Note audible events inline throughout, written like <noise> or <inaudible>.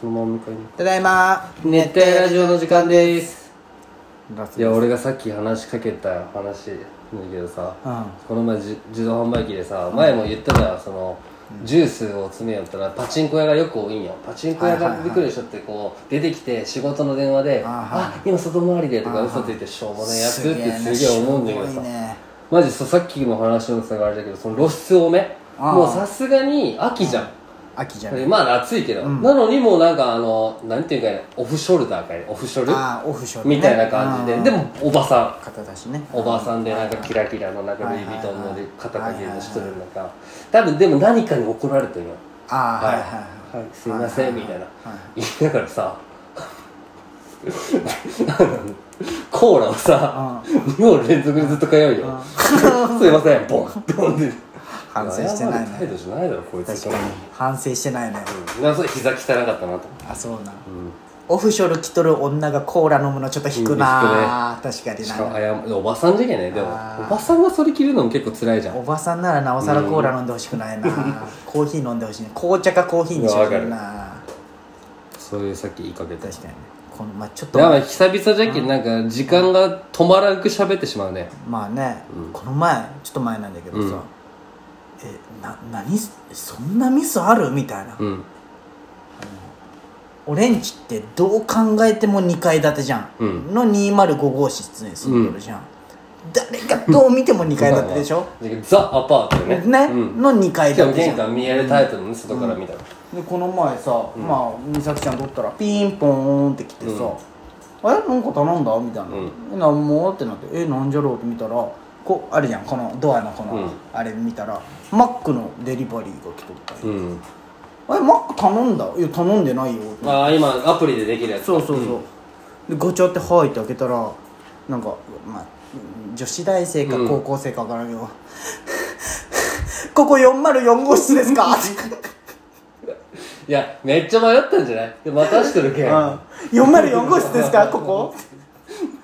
そのまま迎えにただいま熱帯ラジオの時間です夏いや俺がさっき話しかけた話なんだけどさ、うこの前じ自動販売機でさ前も言ったじゃんそのジュースを詰めよったらパチンコ屋がよく多いんよパチンコ屋はいがはいはいびっくりしちゃってこう出てきて仕事の電話で「あはあ今外回りで」とかあ嘘ついてしょうもねえやつっすげえなてすげえ思うんだけどしょさぼいねマジささっきの話のつながりだけどその露出多めあーもうさすがに秋じゃん秋じゃないでまあ暑いけど、なのにもうなんかあのなんていうかねオフショルダーかねオフショルああオフショルねみたいな感じででもおばさ肩出しねんおばさんでなんかキラキラのなんかルイ・ヴィトンのはいはいはいで肩掛けの人でなんか多分でも何かに怒られてるよああはいはい、はいい、すいませんみたいなは言いながらさあのコーラをさ2本連続でずっと通うよすいませんボンって飲んで反省してない謝ねる態度じゃないだろこいつい確かに反省してないねうんなんかそれ膝汚かったなとあそうなうんオフショル着とる女がコーラ飲むのちょっと引くな確かにしかもな謝るおばさんじゃけねでもあーおばさんがそれ着るのも結構辛いじゃんおばさんならなおさらコーラ飲んでほしくないなコーヒー飲んでほしいね紅茶かコーヒーにしよううんわなそういうさっき言いかけた確かにねこのまあちょっとやばい久々じゃっけんなんか時間が止まらなく喋ってしまうねまあね、うんこの前ちょっと前なんだけどさ、うんえな何そんなミスあるみたいな、うん俺んちってどう考えても2階建てじゃん、うんの205号室に住んでるじゃん、誰がどう見ても2階建てでしょ、ザ・アパートよねね、うんの2階しかも建てじ玄ゃん関見えるタイプのね外から見たらでこの前さ、まあ美咲ちゃんとったらピンポーンって来てさ「あれなんか頼んだ?」みたいなうん「えなんも?」ってなって「えなんじゃろう?」って見たらこうあれじゃんこのドアのこの、うんあれ見たらマックのデリバリーが来とったうよん「えマック頼んだ?」「いや頼んでないよ」ってああ今アプリでできるやつそうそうそう、でガチャって入って開けたらなんかまあ女子大生かうん高校生か分からんけど、 <laughs> ここ404号室ですか?」いやめっちゃ迷ったんじゃないで待たしてるけん <laughs> 何404号室ですかここ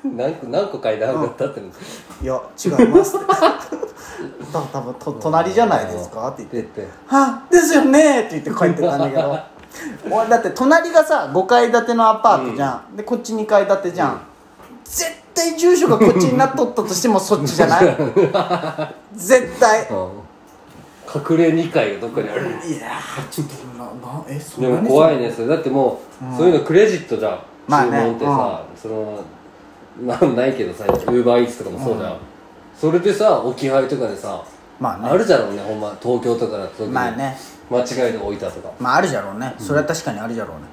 個何個階段上がったってのいや違いますって <laughs> た多分と隣じゃないですかって言って言って「はですよね」って言って帰ってたんだけど俺だって隣がさ5階建てのアパートじゃん、でこっち2階建てじゃん、絶対住所がこっちになっとったとしてもそっちじゃない絶対うん隠れ2階がどっかにあるいやーちょっとななえそんでなにも怖いねそれだってもう、そういうのクレジットじゃん、まあね注文ってさ、そのなんないけどさウーバーイーツとかもそうじゃん、それでさ置き配とかでさ、まあねあるじゃろうねほんま東京とかだと特にまあね間違えて置いたとかまああるじゃろうねそれは確かにあるじゃろうね、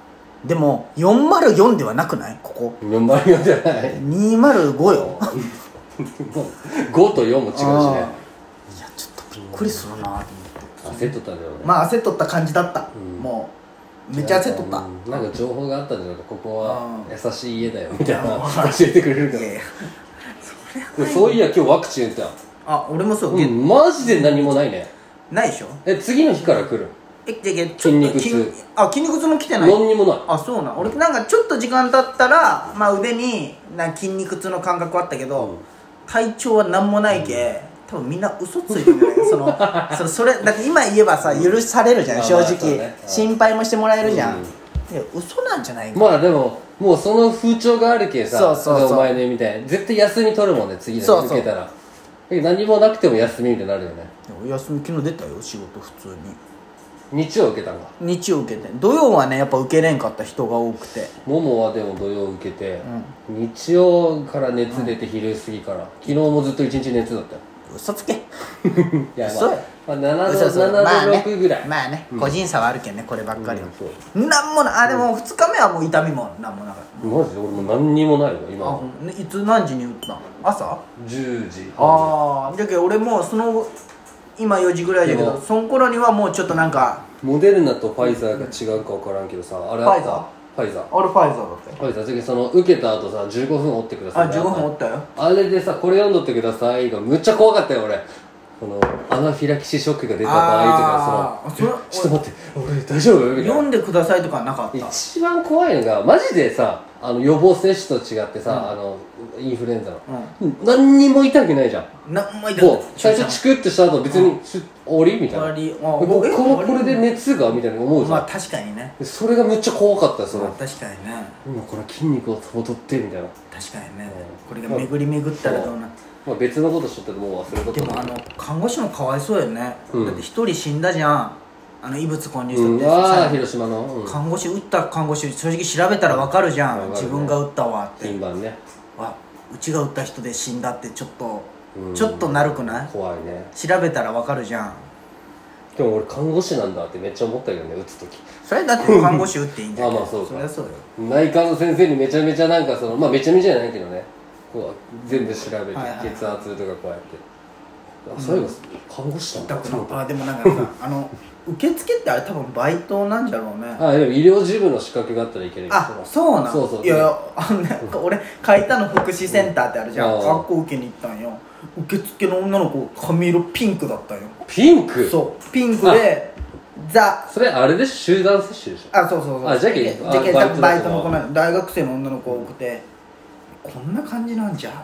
でも404ではなくないここ4万4じゃない <laughs> 205よもう5と4も違うしねいやちょっとびっくりするなと思って焦っとったんだよね、まあ焦っとった感じだった、もうめっちゃ焦っとったうんなんか情報があったんじゃないかここはう優しい家だよみたいな教えてくれるかいやいやらそういや今日ワクチン打ったよあ俺もそう、うげんマジで何もないねないでしょえ次の日から来るえじゃげちょっと筋肉痛きあ筋肉痛も来てない何にもないあそうなん俺なんかちょっと時間経ったら、まあ、腕になんか筋肉痛の感覚はあったけど、体調は何もないけ、多分みんな嘘ついてるんじゃない <laughs> そのそのそれだって今言えばさ許されるじゃん、まあ正まあそう直、ねうん心配もしてもらえるじゃうん、んいや嘘なんじゃないか、まあでももうその風潮があるけさそうそうそうお前ねみたいな絶対休み取るもんね次のそうそう日受けたらえ何もなくても休みみたいになるよねお休み昨日出たよ仕事普通に日曜受けたんか日曜受けて土曜はねやっぱ受けれんかった人が多くてももはでも土曜受けて、日曜から熱出て昼過ぎから、昨日もずっと一日熱だ <laughs> ったよ嘘つけいや嘘まあ、まあ、7嘘度嘘まあね6ぐらい、まあね個人差はあるけんねこればっかりはうんそうなんもないあでも2日目はもう痛みもなんもなかっマジで俺もう何にもないわた今あほんねいつ何時に打ったん朝10時半ああじゃけ俺もうその今4時ぐらいだけでどもその頃にはもうちょっとなんかモデルナとファイザーが違うか分からんけどさあれあったファイザー俺ファイザーだったよファイザー次その受けた後さ15分折ってくださいあ15分おったよあれでさ、これ読んどってくださいがむっちゃ怖かったよ、俺。このアナフィラキシーショックが出た場合とかあーそのそれえちょっと待って俺大丈夫みたいな読んでくださいとかなかった一番怖いのがマジでさあの予防接種と違ってさ、あのインフルエンザの、何にも痛くないじゃん何枚だこう最初チクッとした後別にシュッ終わりみたいな終わりあこえこのこれで熱がみたいな思うじゃん、まあ確かにねそれがめっちゃ怖かったそまあの確かにね今この筋肉を取ってみたいな、確かにねうんこれが巡り巡ったらどうなってまあ、別のことしとったらもう忘れとっでたもあの看護師もかわいそうよねうんだって一人死んだじゃんあの異物混入しうとっんてああさ広島の、うん、看護師打った看護師正直調べたらわかるじゃわかんるね自分が打ったわって頻繁ねあうちが打った人で死んだってちょっとうんちょっとなるくない怖いね調べたらわかるじゃんでも俺看護師なんだってめっちゃ思ったけどね打つ時それだって看護師打っていいんじゃんあまあそうかそりゃそうよ内科の先生にめちゃめちゃなんかそのまあめちゃめちゃじゃないけどねこう全部調べてはいはい血圧とかこうやって、あそういえば看護師なんだだっかてら思ったあでもなんかさ <laughs> あの受付ってあれ多分バイトなんじゃろうねあでも医療事務の資格があったらいけるけどあそうなんそうそういやいやあのなんか俺書いたの福祉センターってあるじゃ、うんん学校受けに行ったんよ受付の女の子髪色ピンクだったんよピンクそうピンクでザそれあれでしょ集団接種でしょあそうそうそうあじゃけんであじゃけんバイトの子バイトの子なんよ大学生の女の子多くてこんな感じなんじゃって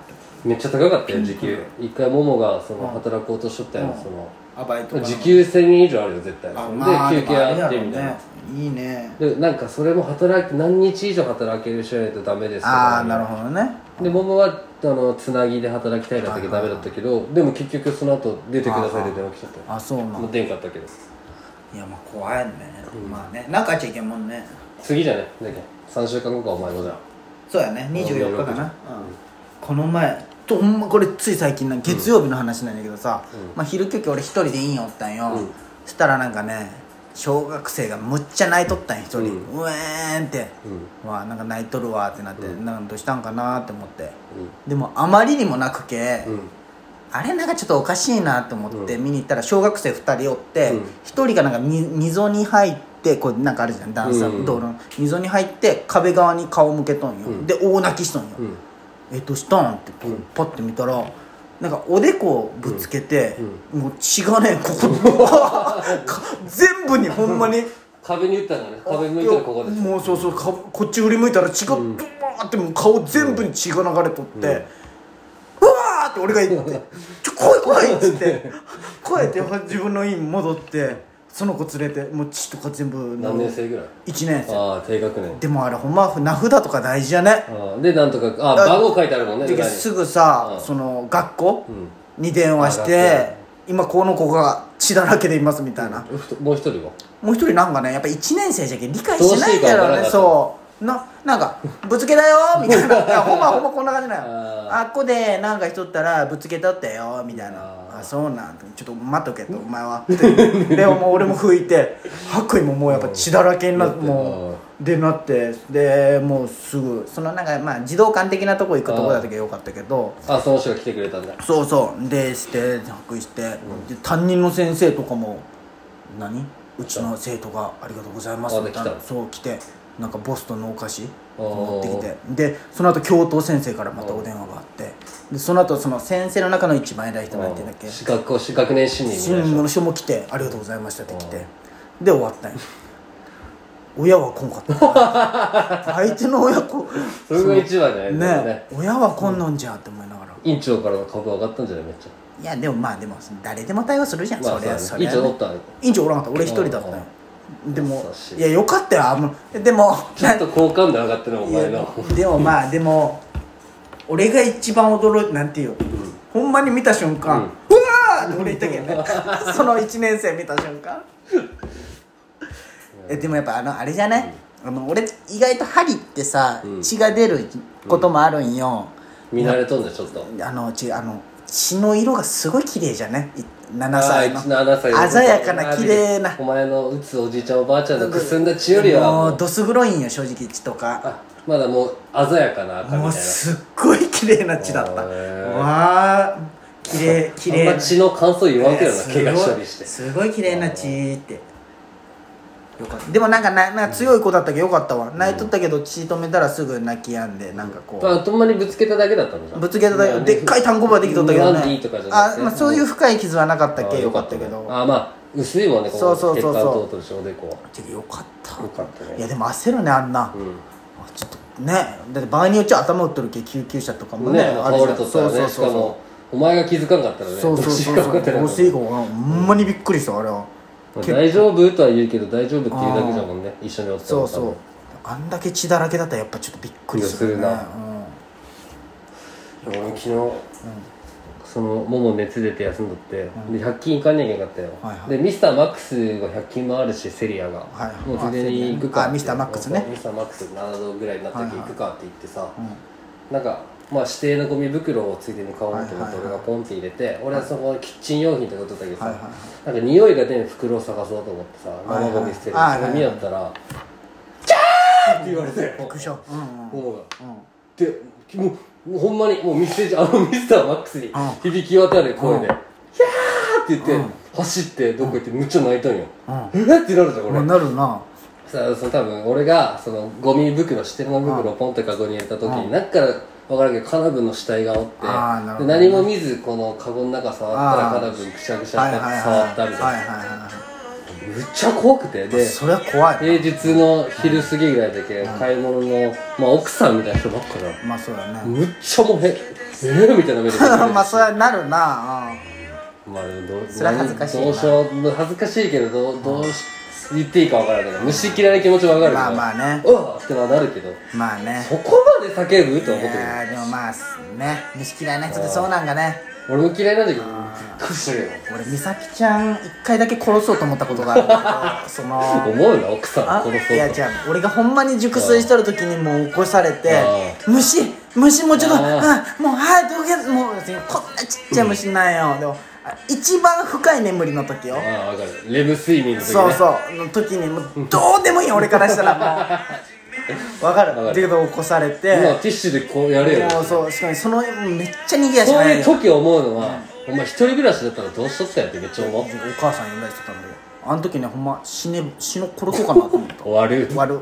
めっちゃ高かったよ時給一回ももがそのうん働こうとしとったよ、うんそのあバイトかな時給1000円以上あるよ絶対あまあで休憩あっでてもみたいな、あれやろうねいいねでなんかそれも働き何日以上働ける人やないとダメですとかああなるほどねでモモはあのつなぎで働きたいだったけどダメだったけどでも結局その後出てくださいって電話来ちゃったよあそうなんもう出んかったけどいやまあ怖いね、まあねなんかあっちゃいけんもんね次じゃねだけ3週間後かお前もじゃあそうやね24日かうんな、うんこの前とほんまこれつい最近な月曜日の話なんだけどさ、まあ、昼休憩俺一人で院おったんよ、うんそしたらなんかね小学生がむっちゃ泣いとったんよ一人、ううんえーんって、うわなんか泣いとるわってなって、なんかどうしたんかなって思ってうでもあまりにも泣くけ、んうんあれなんかちょっとおかしいなと思って見に行ったら小学生2人おって、うん1人がなんかみ溝に入ってこうなんかあるじゃん段差、うん道路の溝に入って壁側に顔向けとんよ、うんで大泣きしとんよ、うんえどうしたんってこうパッて見たらなんかおでこをぶつけて、もう血がねこ <laughs> こか全部にほんまに。壁に打ったんだね壁向いたらここでしょもうそうそうかこっち振り向いたら血がブワーってもう顔全部に血が流れとって、うわーって俺が言って「ちょ来い来い」っつって来いって自分の院戻ってその子連れてもう血とか全部何年生ぐらい1年生ああ低学年でもあれほんま名札とか大事やねあーでなんとかあ番号書いてあるもんねですすぐさ、うんその学校うんに電話しあて学「今この子が血だらけでいます」みたいな、もう一人はもう一人なんかねやっぱ1年生じゃけん理解どうしないんだしていいかわからろなうかっねたそうななんか「ぶつけ <laughs> だよ」みたいないやほんまほんまこんな感じなあのーあっこでなんかしとったらぶつけたったよみたいなあーあそうなんちょっと待っとけとお前は <laughs> でもう俺も拭いて白衣ももうやっぱ血だらけになってもうでなってでもうすぐそのなんかまあ児童館的なとこ行くとこだったけどよかったけどあその人が来てくれたんだそうそうでして白衣して、で担任の先生とかも何うちの生徒がありがとうございますあみたいな来たそう来てなんかボストンのお菓子お持ってーきてでその後教頭先生からまたお電話があってでその後その先生の中の一番偉い人がいてんだっけ四学校四学年主任みた新いな聞人の人も来て「ありがとうございました」って来てで終わったんよ <laughs> 親は来んかった <laughs> 相手の親子それが一番じゃないねね親は来んのんじゃって思いながら院長からの株上がったんじゃないめっちゃいやでもまあでも誰でも対応するじゃん、まあそれはそそうだねれ院長乗ったの院長おらんかった俺一人だったよでも優しいいやよかったよあのでも <laughs> ちょっと好感度上がってるお前 <laughs> いのやでもまあでも俺が一番驚いなんていう、ほんまに見た瞬間、うわーって俺言ったけどね <laughs> その1年生見た瞬間えでもやっぱあのあれじゃない、あの俺意外と針ってさ、うん血が出ることもあるんよ、見慣れとんねちょっとあのちあの血の色がすごい綺麗じゃねい7ああ歳一の7歳の鮮やかな綺麗なお前の打つおじいちゃんおばあちゃんのくすんだ血よりはももううどす黒いんよ正直血とかあまだもう鮮やかな赤みもうたいすっごい綺麗な血だったへーわあ綺麗綺なあ麗んま血の感想言わんけどなすごい怪我処理してすごい綺麗な血ってよかったでもなんかななんか強い子だったけどよかったわ泣いとったけど血止めたらすぐ泣き止んでなんかこうあとんまにぶつけただけだったのじゃんぶつけただけでっかい単語ばできとったけどなんでいねいとかじゃなくあて、まあそういう深い傷はなかったっけあよかったけどねあまあ薄いもんねこそのうそう血そうそう管通ってるしおでこはてかよかったよかったねいやでも焦るねあんな、ちょっとねだって場合によっちゃ頭打ってるけ救急車とかもねねあ倒るじゃれんとったらそうねしそうかそうもお前が気づかんかったらねそうそうそうそ <laughs> どううどしうよいいか分からんほんまにびっくりしたあれはうか大丈夫とは言うけど大丈夫っていうだけじゃもんね一緒におってたそのうそうあんだけ血だらけだったらやっぱちょっとびっくりするねいやする多分俺昨日そのもも熱出て休んどってで100均行かんにゃいけなかったよはいはいでミスターマックスが100均もあるしセリアがはいはいもうついでに行くかってあミスターマックスねミスターマックス7度ぐらいになった時行くかって言ってさうん、うんなんかまあ指定のゴミ袋をついでに買おうと思はっていはい俺はがいポンって入れて俺はそこのキッチン用品とか取ったけどはいはいさはなんか匂いが出る袋を探そうと思ってさいはい生ゴミ捨てるあーそこ見よったら「キャー!」って言われてびっくりしたうんうんももがうんでもうもうほんまにもうミステージあのミスターマックスに響き渡る声で「キャー!」うんって言って、走ってどこ行ってむっちゃ泣いたんよ、うえっってなるじゃんこれ、まあなるなさあその多分俺がそのゴミ袋捨てるの袋をポンってカゴに入れた時に、中から分からんけどカナブンの死体がおってあーなるほどで何も見ずこのカゴの中触ったらあカーナブンくしゃくしゃはいにはいなってはい触ったみたいな、はいはいはむっちゃ怖くていはいでそりゃ怖い平日の昼過ぎぐらいだけ買い物の、まあ、奥さんみたいな人ばっかだまあそうだねむっちゃもうへえみたいな目で見てる <laughs> まあそりゃなるなうんまあでもどうそれは恥ずかしいなどうしよう恥ずかしいけどどうどうし言っていいかわからないけど虫嫌いな気持ちもわかるけどまあまあねうわっってのはなるけどまあねそこまで叫ぶとはい思ってるやーでもまあね虫嫌いな人ってそうなんかね俺も嫌いなんだけどびっくりするよ俺美咲ちゃん一回だけ殺そうと思ったことがあるんだけ <laughs> どその思うな奥さんあを殺そいうやと違う俺がほんまに熟睡しとる時にもう起こされてあ虫虫もうちょっとああもうはいどけもうこんなちっちゃい虫なんよでもあ一番深い眠りの時よああ分かるレム睡眠の時ねそうそうの時にもうどうでもいいよ俺からしたらも <laughs> うわかるわかるだけど起こされて今ティッシュでこうやるよもうそうしかもそのめっちゃ逃げ足そうないいうよ時思うのはお前一人暮らしだったらどうしとったんやってめっちゃ思うお母さん呼んだりしてたんだよあの時ねほんま死ね死の殺そうかなと思った終わる終わる